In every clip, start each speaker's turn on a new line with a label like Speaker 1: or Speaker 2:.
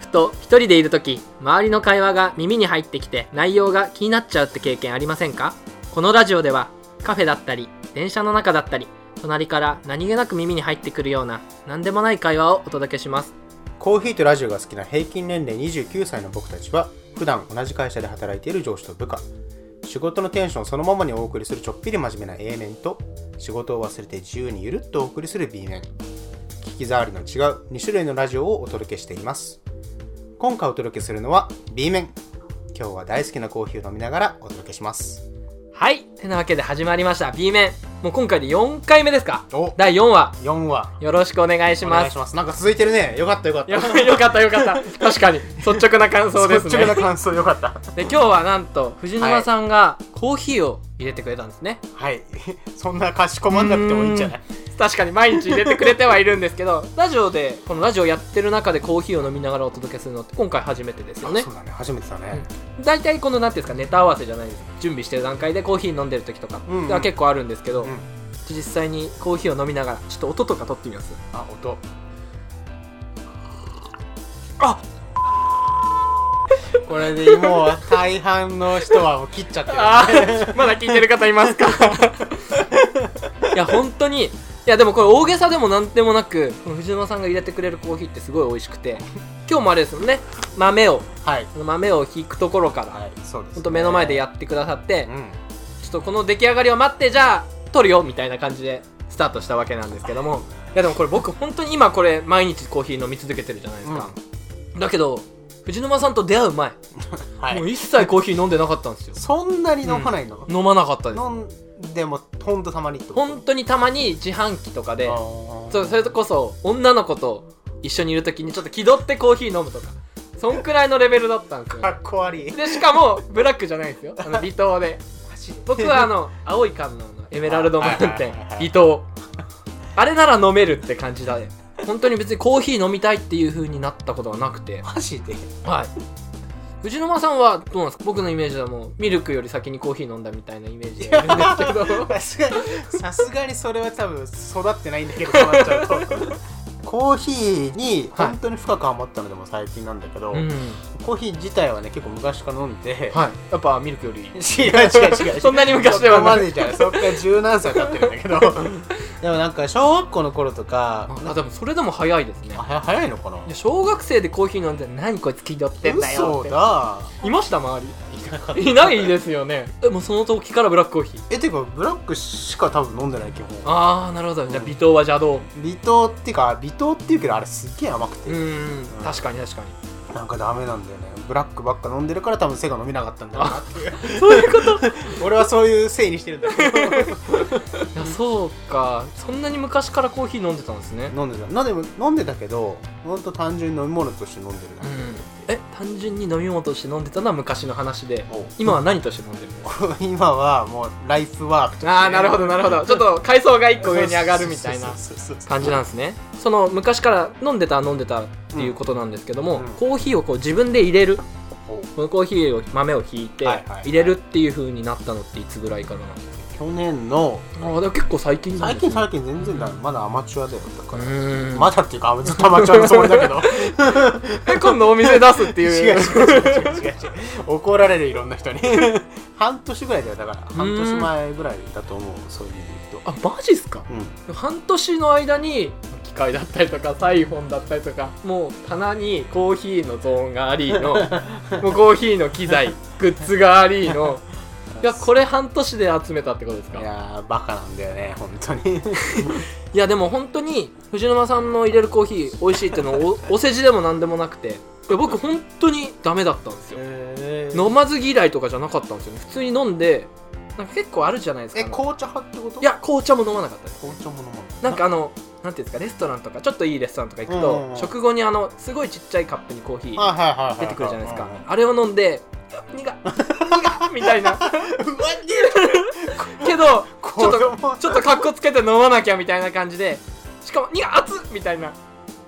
Speaker 1: ふと一人でいる時周りの会話が耳に入ってきて内容が気になっちゃうって経験ありませんかこのラジオではカフェだったり電車の中だったり隣から何気なく耳に入ってくるような何でもない会話をお届けします
Speaker 2: コーヒーとラジオが好きな平均年齢29歳の僕たちは普段同じ会社で働いている上司と部下仕事のテンションそのままにお送りするちょっぴり真面目な A 面と仕事を忘れて自由にゆるっとお送りする B 面聞き障りの違う2種類のラジオをお届けしています今回お届けするのは B 面今日は大好きなコーヒーを飲みながらお届けします
Speaker 1: はいてなわけで始まりました B 面もう今回で4回目ですか
Speaker 2: お
Speaker 1: 第4話
Speaker 2: 4話
Speaker 1: よろしくお願いし
Speaker 2: お
Speaker 1: ま
Speaker 2: 願い
Speaker 1: す
Speaker 2: しますなんか続いてるねよかったよかっ
Speaker 1: よ
Speaker 2: た
Speaker 1: よかったよかった確かに率直な感想ですね
Speaker 2: 率直な感想よかった
Speaker 1: で今日はなんと藤沼さんがコーヒーを入れてくれたんですね、
Speaker 2: はい そんなかしこまんなくてもいいんじゃない
Speaker 1: 確かに毎日入れてくれてはいるんですけ どラジオでこのラジオやってる中でコーヒーを飲みながらお届けするのって今回初めてですよね
Speaker 2: そうだね初めてだね、
Speaker 1: 大体このなんていうんですかネタ合わせじゃないです準備してる段階でコーヒー飲んでる時とか
Speaker 2: うんうん
Speaker 1: は結構あるんですけど、
Speaker 2: うん
Speaker 1: 実際にコーヒーを飲みながらちょっと音とか撮ってみます
Speaker 2: あ音
Speaker 1: あ
Speaker 2: これでもう大半の人はもう切っちゃってる
Speaker 1: あー まだ聞いてる方います かいや本当にいやでもこれ大げさでもなんでもなくこの藤沼さんが入れてくれるコーヒーってすごい美味しくて今日もあれですもんね豆を
Speaker 2: はい
Speaker 1: あの豆を引くところから、
Speaker 2: はいそうです、
Speaker 1: ほんと目の前でやってくださって、
Speaker 2: う
Speaker 1: ちょ
Speaker 2: ん
Speaker 1: っとこの出来上がりを待ってじゃあ撮るよみたいな感じでスタートしたわけなんですけどもいやでもこれ僕本当に今これ毎日コーヒー飲み続けてるじゃないですか、だけど藤沼さんと出会う前、
Speaker 2: は
Speaker 1: もう
Speaker 2: い
Speaker 1: 一切コーヒー飲んでなかったんですよ
Speaker 2: そんなに飲まないの、
Speaker 1: 飲まなかったです
Speaker 2: 飲んでもほんとたまにってこと
Speaker 1: 本当にたまに自販機とかで
Speaker 2: あー
Speaker 1: そうそれこそ女の子と一緒にいる時にちょっと気取ってコーヒー飲むとかそんくらいのレベルだったんですよ
Speaker 2: かっこ悪い
Speaker 1: でしかもブラックじゃないんですよあの離島で僕はあの 青い観音のエメラルドマウン
Speaker 2: はいは
Speaker 1: テン
Speaker 2: いはいはい
Speaker 1: 離島あれなら飲めるって感じだね本当に別にコーヒー飲みたいっていう風になったことはなくて
Speaker 2: マジで
Speaker 1: はい藤沼さんはどうなんですか僕のイメージではもうミルクより先にコーヒー飲んだみたいなイメージでいるんですけ ど
Speaker 2: さすがにさすがにそれは多分育ってないんだけどそうなっちゃうと コーヒーに本当に深くハマったのでも最近なんだけど、
Speaker 1: うん
Speaker 2: コーヒー自体はね結構昔から飲んで、
Speaker 1: はいやっぱミルクより
Speaker 2: 違う違う違う
Speaker 1: そんなに昔ではない
Speaker 2: そこまでじゃないそっから十何歳経ってるんだけど でもなんか小学校の頃とか
Speaker 1: あでもそれでも早いですね
Speaker 2: あは早いのかない
Speaker 1: や小学生でコーヒー飲んで何こいつ気取ってんだよっ
Speaker 2: 嘘
Speaker 1: て
Speaker 2: だ
Speaker 1: いました周
Speaker 2: いなかっ
Speaker 1: りいないですよねでもうその時からブラックコーヒー
Speaker 2: えていうかブラックしか多分飲んでない基本
Speaker 1: ああなるほどじゃあ微糖は邪道
Speaker 2: 微糖っていうか微糖っていうけどあれすっげえ甘くて、
Speaker 1: うーん確かに確かに
Speaker 2: なんかダメなんだよねブラックばっか飲んでるから多分背が飲みなかったんだろうなっていう
Speaker 1: そういうことい
Speaker 2: 俺はそういうせいにしてるんだけど
Speaker 1: やそうかそんなに昔からコーヒー飲んでたんですね
Speaker 2: 飲んでたなんでも飲んでたけどほんと単純に飲み物として飲んでるだ
Speaker 1: う
Speaker 2: け、
Speaker 1: んえ単純に飲み物として飲んでたのは昔の話で
Speaker 2: おう
Speaker 1: 今は何として飲んでるの
Speaker 2: 今はもうライフワークとして
Speaker 1: ああなるほどなるほどちょっと階層が1個上に上がるみたいな感
Speaker 2: 感
Speaker 1: じなんですねその昔から飲んでた飲んでたっていうことなんですけども、
Speaker 2: うんうん
Speaker 1: コーヒーをこう自分で入れるこのコーヒーを豆をひいて
Speaker 2: はいはいはい
Speaker 1: 入れるっていう風になったのっていつぐらいからなんですか、
Speaker 2: 去年の
Speaker 1: ああでも結構最近なん
Speaker 2: 最
Speaker 1: です
Speaker 2: 近
Speaker 1: ね
Speaker 2: 最近全然だまだアマチュアだよだから、
Speaker 1: うーん
Speaker 2: まだっていうかあずっとアマチュアのつもりだけど
Speaker 1: え今度お店出すって
Speaker 2: 違
Speaker 1: い
Speaker 2: う違う
Speaker 1: う
Speaker 2: 違う違う違う怒られるいろんな人に半年ぐらいだよだから半年前ぐらいだと思うそういう人
Speaker 1: あマジっすか
Speaker 2: うん
Speaker 1: 半年の間に機械だったりとかサイフォンだったりとかもう棚にコーヒーのゾーンがあり のもうコーヒーの機材グッズがあり のいやこれ半年で集めたってことですか
Speaker 2: いやーバカなんだよね本当に
Speaker 1: いやでも本当に藤沼さんの入れるコーヒー美味しいってのはおお世辞でも何でもなくていや僕本当にダメだったんですよ
Speaker 2: え
Speaker 1: 飲まず嫌いとかじゃなかったんですよね普通に飲んでなんか結構あるじゃないですか
Speaker 2: え
Speaker 1: あの
Speaker 2: 紅茶派ってこと
Speaker 1: いや紅茶も飲まなかったです
Speaker 2: 紅茶も飲ま
Speaker 1: なんかあのなんていうんですかレストランとかちょっといいレストランとか行くと、
Speaker 2: うんうんうん
Speaker 1: 食後にあのすごいちっちゃいカップにコーヒー
Speaker 2: あはいはいはいはい
Speaker 1: 出てくるじゃないですか
Speaker 2: うんうん
Speaker 1: あれを飲んで「苦っ苦っみたいなけどちょっと
Speaker 2: 子供
Speaker 1: ちょっとカッコつけて飲まなきゃみたいな感じでしかも「にが熱っ!」みたいな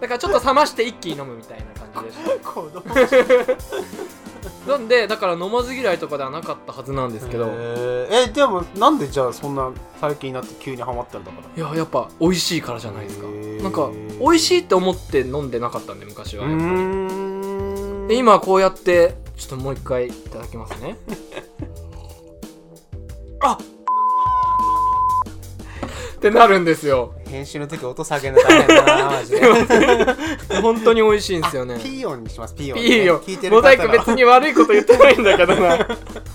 Speaker 1: だからちょっと冷まして一気に飲むみたいな感じでし
Speaker 2: 子供
Speaker 1: たなんでだから飲まず嫌いとかではなかったはずなんですけど、
Speaker 2: へーえでもなんでじゃあそんな最近になって急にハマったんだから
Speaker 1: いややっぱ美味しいからじゃないですか
Speaker 2: へー
Speaker 1: なんか美味しいって思って飲んでなかったんで昔
Speaker 2: う
Speaker 1: は、
Speaker 2: ーんん
Speaker 1: で今はこうやってちょっともう一回いただきます ねあってなるんです よ
Speaker 2: 編集の時音下げるの大変 だなマジで
Speaker 1: 本当に美味しいんですよね
Speaker 2: ピーヨンにしますピーヨン、
Speaker 1: い
Speaker 2: ね、
Speaker 1: いよ
Speaker 2: 聞いてる
Speaker 1: モザイ
Speaker 2: 方
Speaker 1: ク
Speaker 2: の
Speaker 1: 別に悪いこと言ってないんだけど な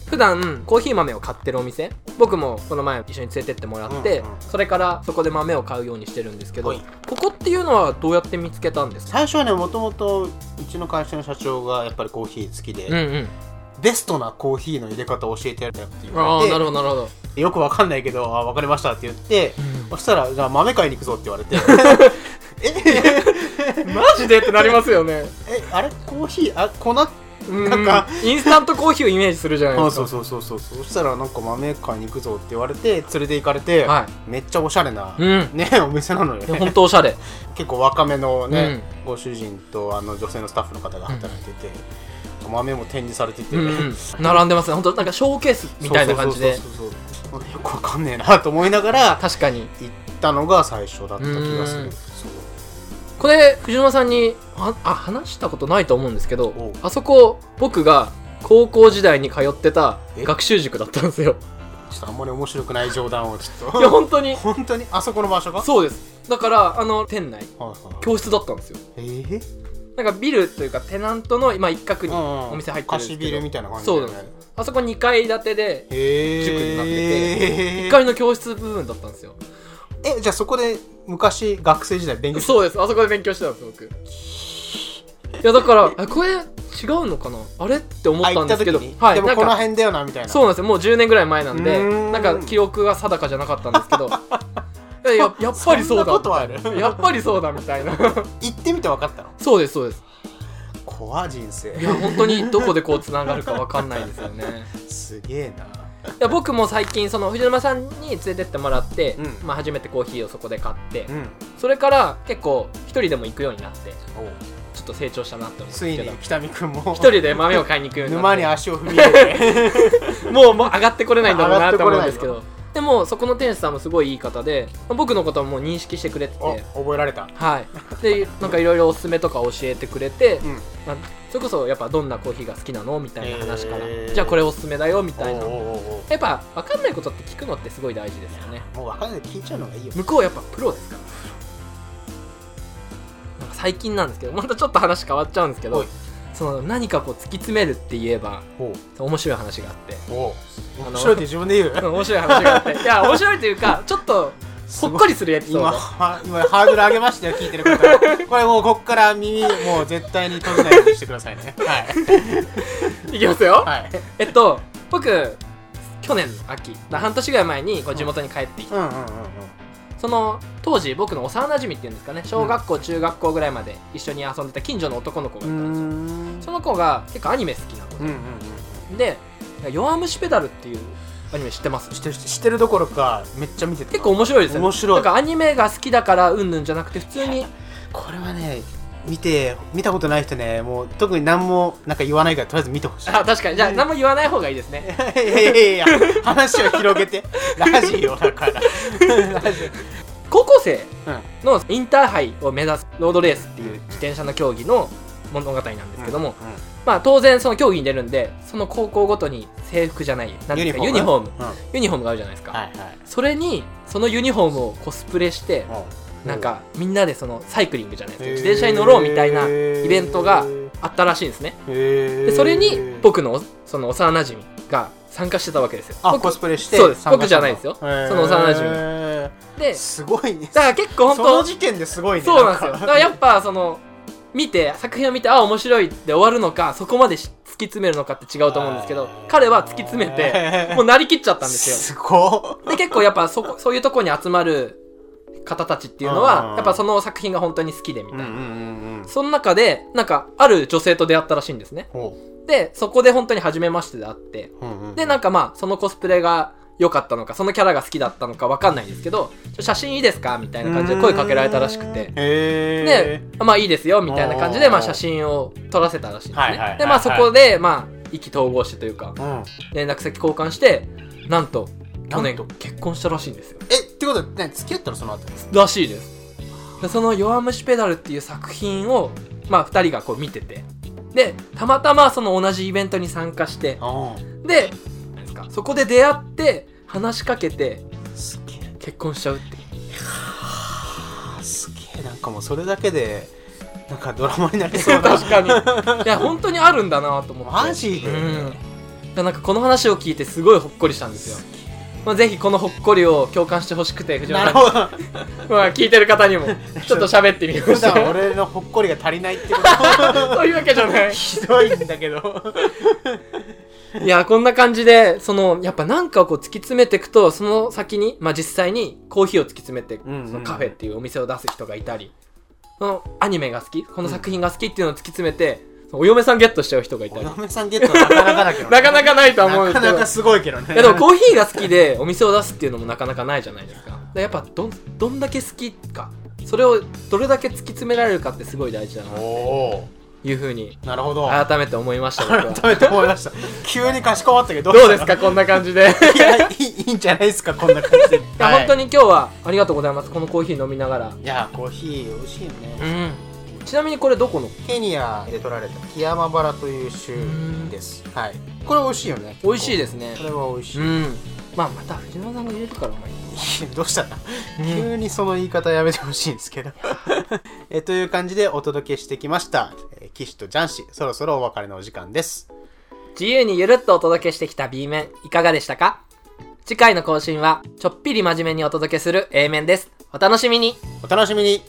Speaker 1: 普段コーヒー豆を買ってるお店僕もこの前一緒に連れてってもらって、
Speaker 2: うんうん
Speaker 1: それからそこで豆を買うようにしてるんですけど
Speaker 2: はい
Speaker 1: ここっていうのはどうやって見つけたんですか
Speaker 2: 最初はねもともとうちの会社の社長がやっぱりコーヒー好きで、
Speaker 1: うんうん
Speaker 2: ベストなコーヒーの入れ方を教えてやるって言
Speaker 1: あ
Speaker 2: わ
Speaker 1: あ
Speaker 2: れ
Speaker 1: なるほ
Speaker 2: て
Speaker 1: どなるほど
Speaker 2: よくわかんないけどあ分かりましたって言って、
Speaker 1: うん
Speaker 2: そしたらじゃあ豆買いに行くぞって言 われて
Speaker 1: マジでってなりますよね
Speaker 2: えあれコーヒーあ粉
Speaker 1: なん
Speaker 2: なんか
Speaker 1: かインスタントコーヒーをイメージするじゃないで
Speaker 2: あ
Speaker 1: す
Speaker 2: そ
Speaker 1: か
Speaker 2: うそうそうそうそうそしたらなんか豆買いに行くぞって言われて連れて行かれて、
Speaker 1: は
Speaker 2: めっちゃおしゃれな、
Speaker 1: いうん
Speaker 2: ね お店なのよ
Speaker 1: いや
Speaker 2: ね
Speaker 1: 本当おしゃれ
Speaker 2: 結構若めのね、ご主人とあの女性のスタッフの方が働いてて、豆も展示されてて、
Speaker 1: うんうん並んでますね本当なんかショーケースみたいな感じで
Speaker 2: そうそうそうそうよくわかんねえなと思いながら
Speaker 1: 確かに
Speaker 2: 行ったのが最初だった気がす
Speaker 1: う
Speaker 2: る
Speaker 1: ん
Speaker 2: そう
Speaker 1: これ藤沼さんにああ話したことないと思うんですけ
Speaker 2: お
Speaker 1: どあそこ僕が高校時代に通ってた
Speaker 2: え
Speaker 1: 学習塾だったんです よ
Speaker 2: ちょっとあんまり面白くない冗談をちょっ
Speaker 1: いや
Speaker 2: と
Speaker 1: 本当に
Speaker 2: 本当にあそこの場所が
Speaker 1: そうですだからあの店内
Speaker 2: はいはい
Speaker 1: 教室だったんですよ
Speaker 2: えー
Speaker 1: なんかビルというかテナントの今一角にお店入ってるんで
Speaker 2: 貸
Speaker 1: す
Speaker 2: し
Speaker 1: け
Speaker 2: ビ
Speaker 1: ど、
Speaker 2: ルみたいな感じ
Speaker 1: そうなんあそこ2階建てで
Speaker 2: へえ
Speaker 1: 塾になってて
Speaker 2: え
Speaker 1: 1階の教室部分だったんですよ
Speaker 2: えじゃあそこで昔学生時代勉強
Speaker 1: そうですあそこで勉強してたんです僕いやだからあこれ違うのかなあれって思っ
Speaker 2: あ
Speaker 1: た
Speaker 2: 行
Speaker 1: ん
Speaker 2: っ
Speaker 1: で
Speaker 2: た
Speaker 1: す
Speaker 2: 時
Speaker 1: けど
Speaker 2: に、
Speaker 1: はい
Speaker 2: でも
Speaker 1: なん
Speaker 2: この
Speaker 1: か
Speaker 2: 辺だよなみたいな
Speaker 1: そうなんですよもう10年ぐらい前なん
Speaker 2: う
Speaker 1: で
Speaker 2: ーん
Speaker 1: なんか記憶が定かじゃなかったんです けどいやややっぱりそうだ
Speaker 2: そんなことある
Speaker 1: みたいなやっぱりそうだみたいな
Speaker 2: 行ってみて分かったの
Speaker 1: そうですそうです
Speaker 2: 怖人生
Speaker 1: いや本当にどこでこうつながるかわかんないですよね
Speaker 2: すげえない
Speaker 1: や僕も最近その藤沼さんに連れてってもらって、
Speaker 2: うん
Speaker 1: まあ、初めてコーヒーをそこで買って、
Speaker 2: うん
Speaker 1: それから結構一人でも行くようになって
Speaker 2: おう
Speaker 1: ちょっと成長したなって思うんです
Speaker 2: つい
Speaker 1: けど
Speaker 2: に北見君も
Speaker 1: 一人で豆を買いに行くようになって
Speaker 2: 沼に足を踏み入れ て
Speaker 1: もうもう上がってこれないんだろうなと思うんですけ
Speaker 2: 上
Speaker 1: どでもそこの店主さんもすごいいい方で僕のことはもう認識してくれて
Speaker 2: お
Speaker 1: て
Speaker 2: 覚えられた
Speaker 1: はいでなんかいろいろおすすめとか教えてくれて、
Speaker 2: うん
Speaker 1: まあ、それこそやっぱどんなコーヒーが好きなのみたいな話から、
Speaker 2: へー
Speaker 1: じゃあこれおすすめだよみたいな
Speaker 2: おうおうおうおう
Speaker 1: やっぱ分かんないことって聞くのってすごい大事ですよね
Speaker 2: もう分かんない聞いちゃうのがいいよ
Speaker 1: 向こうはやっぱプロですからなんか最近なんですけどまたちょっと話変わっちゃうんですけ
Speaker 2: お
Speaker 1: ど
Speaker 2: い
Speaker 1: その何かこう突き詰めるって言えば
Speaker 2: おう
Speaker 1: 面白い話があって
Speaker 2: おう
Speaker 1: あの
Speaker 2: 面白いって自分で言う
Speaker 1: うん面白い話があっていや面白いというかちょっとほっこりするエピソ
Speaker 2: 今
Speaker 1: ード
Speaker 2: は今ハードル上げましたよ聞いてる方これもうこっから耳もう絶対に閉じないようにしてくださいねはい
Speaker 1: いきますよ、
Speaker 2: はい
Speaker 1: えっと僕去年の秋半年ぐらい前にこう地元に帰ってきて、
Speaker 2: うんうんうんうん
Speaker 1: その当時僕の幼馴染っていうんですかね小学校、中学校ぐらいまで一緒に遊んでた近所の男の子がいたんですよ
Speaker 2: ん
Speaker 1: その子が結構アニメ好きな子
Speaker 2: うんうん
Speaker 1: で「弱虫ペダル」っていうアニメ知ってます
Speaker 2: 知ってる知ってるどころかめっちゃ見てた
Speaker 1: 結構面白いですよね
Speaker 2: 面白い
Speaker 1: なんかアニメが好きだからうんぬんじゃなくて普通に
Speaker 2: これはね見て見たことない人ねもう特に何もなんか言わないからとりあえず見てほしい
Speaker 1: あ確かにじゃあ何も言わない方がいいですね
Speaker 2: いやいやいやいや話を広げてラジオだからラジ
Speaker 1: 高校生
Speaker 2: オうん
Speaker 1: のインターハイを目指すロードレースっていう自転車の競技の物語なんですけども、まあ当然その競技に出るんでその高校ごとに制服じゃないなんていうかユニフォーム
Speaker 2: うんは
Speaker 1: ユニフォームがあるじゃないですか、
Speaker 2: いはい
Speaker 1: それにそのユニフォームをコスプレして
Speaker 2: う
Speaker 1: なんかみんなでそのサイクリングじゃないですけど自転車に乗ろうみたいなイベントがあったらしいんですね
Speaker 2: で
Speaker 1: でそれに僕のその幼馴染が参加してたわけですよ
Speaker 2: あ
Speaker 1: 僕
Speaker 2: コスプレして
Speaker 1: そうです
Speaker 2: 参加
Speaker 1: 僕じゃないですよ
Speaker 2: したへー
Speaker 1: その幼馴染で
Speaker 2: すごいね
Speaker 1: だから結構本
Speaker 2: そ
Speaker 1: 当
Speaker 2: の時点ですごいね
Speaker 1: そうなんですよ。だからや
Speaker 2: ぱ
Speaker 1: っぱその見て作品を見てあ面白いって終わるのかそこまでし突き詰めるのかって違うと思うんですけど彼は突き詰めてもうなりきっちゃったん です
Speaker 2: すご
Speaker 1: よ。で結構やっぱそこそういうとこに集まる方たちっていうのは
Speaker 2: うん
Speaker 1: やっぱその作品が本当に好きでみた
Speaker 2: う
Speaker 1: い
Speaker 2: んう
Speaker 1: な。
Speaker 2: んうんうん
Speaker 1: その中でなんかある女性と出会ったらしいんですね。
Speaker 2: ほ
Speaker 1: でそこで本当に初めましてで会って
Speaker 2: ううんうん
Speaker 1: でなんかまあそのコスプレが良かったのかそのキャラが好きだったのかわかんないんですけどちょっと写真いいですかみたいな感じで声かけられたらしくて
Speaker 2: へ
Speaker 1: で、まあいいですよみたいな感じで、
Speaker 2: おー
Speaker 1: まあ写真を撮らせたらしいんです
Speaker 2: はいはいはいは
Speaker 1: ね
Speaker 2: い。
Speaker 1: で、まあそこで、まあ意気投合してというか
Speaker 2: え、うん
Speaker 1: 連絡先交換して、なんと、去
Speaker 2: なん
Speaker 1: 年
Speaker 2: と
Speaker 1: 結婚したらしいんですよ。
Speaker 2: えってことはね付き合ったのその後
Speaker 1: らしいです。でその「弱虫ペダル」っていう作品を、まあ二人がこう見てて、でたまたまその同じイベントに参加して
Speaker 2: あ
Speaker 1: でなんですかそこで出会って話しかけて
Speaker 2: あすげえ
Speaker 1: 結婚しちゃうっていう
Speaker 2: あすげえなんかもうそれだけでなんかドラマになり そうだ
Speaker 1: 確かにいや本当にあるんだなと思って
Speaker 2: マジで、
Speaker 1: うんいやなんかこの話を聞いてすごいほっこりしたんですよまあ、ぜひこのほっこりを共感してほしくて藤
Speaker 2: な
Speaker 1: 原
Speaker 2: る
Speaker 1: さん
Speaker 2: ほど
Speaker 1: まあ、聞いてる方 にもちょっと喋ってみま
Speaker 2: 普
Speaker 1: した
Speaker 2: 段俺のほっこりが足りないってこ
Speaker 1: そういうわ けじゃない
Speaker 2: とひどいんだけど
Speaker 1: いやこんな感じでそのやっぱなんかをこう突き詰めていくとその先に、まあ、実際にコーヒーを突き詰めて、
Speaker 2: んうん
Speaker 1: そのカフェっていうお店を出す人がいたりそのアニメが好きこの作品が好きっていうのを突き詰めて、そのお嫁さんゲットしちゃう人がいた
Speaker 2: お
Speaker 1: り
Speaker 2: 嫁さんゲットはなかなかだけど ね
Speaker 1: なかなかないとは思うんです
Speaker 2: なか
Speaker 1: けど
Speaker 2: なかすごいけどね
Speaker 1: いやでもコーヒーが好きでお店を出すっていうのもなかなかないじゃないですかだからやっぱどんどんだけ好きかそれをどれだけ突き詰められるかってすごい大事だな
Speaker 2: お
Speaker 1: と
Speaker 2: お
Speaker 1: いうふうに
Speaker 2: ーなるほど
Speaker 1: 改めて思いました僕は
Speaker 2: 改めて思いました急にかしこまったけど
Speaker 1: どう ですかこんな感じで
Speaker 2: いやいいいいんじゃないですかこんな感じで、
Speaker 1: いや本当
Speaker 2: に
Speaker 1: に今日はありがとうございますこのコーヒー飲みながら
Speaker 2: いやコーヒー美味しいよね、
Speaker 1: うんちなみにこれどこの
Speaker 2: ケニアで取られたキヤマバラという種です、はいこれ美味しいよね
Speaker 1: 美味しい
Speaker 2: で
Speaker 1: ですね
Speaker 2: これは美味し
Speaker 1: う
Speaker 2: い、
Speaker 1: んまあまた藤原さんが入れるからお前
Speaker 2: どうしたんだ、急にその言い方やめてほしいんですけど えという感じでお届けしてきましたえー岸とジャン氏そろそろお別れのお時間です
Speaker 1: 自由にゆるっとお届けしてきた B 面いかがでしたか次回の更新はちょっぴり真面目にお届けする A 面ですお楽しみに
Speaker 2: お楽しみに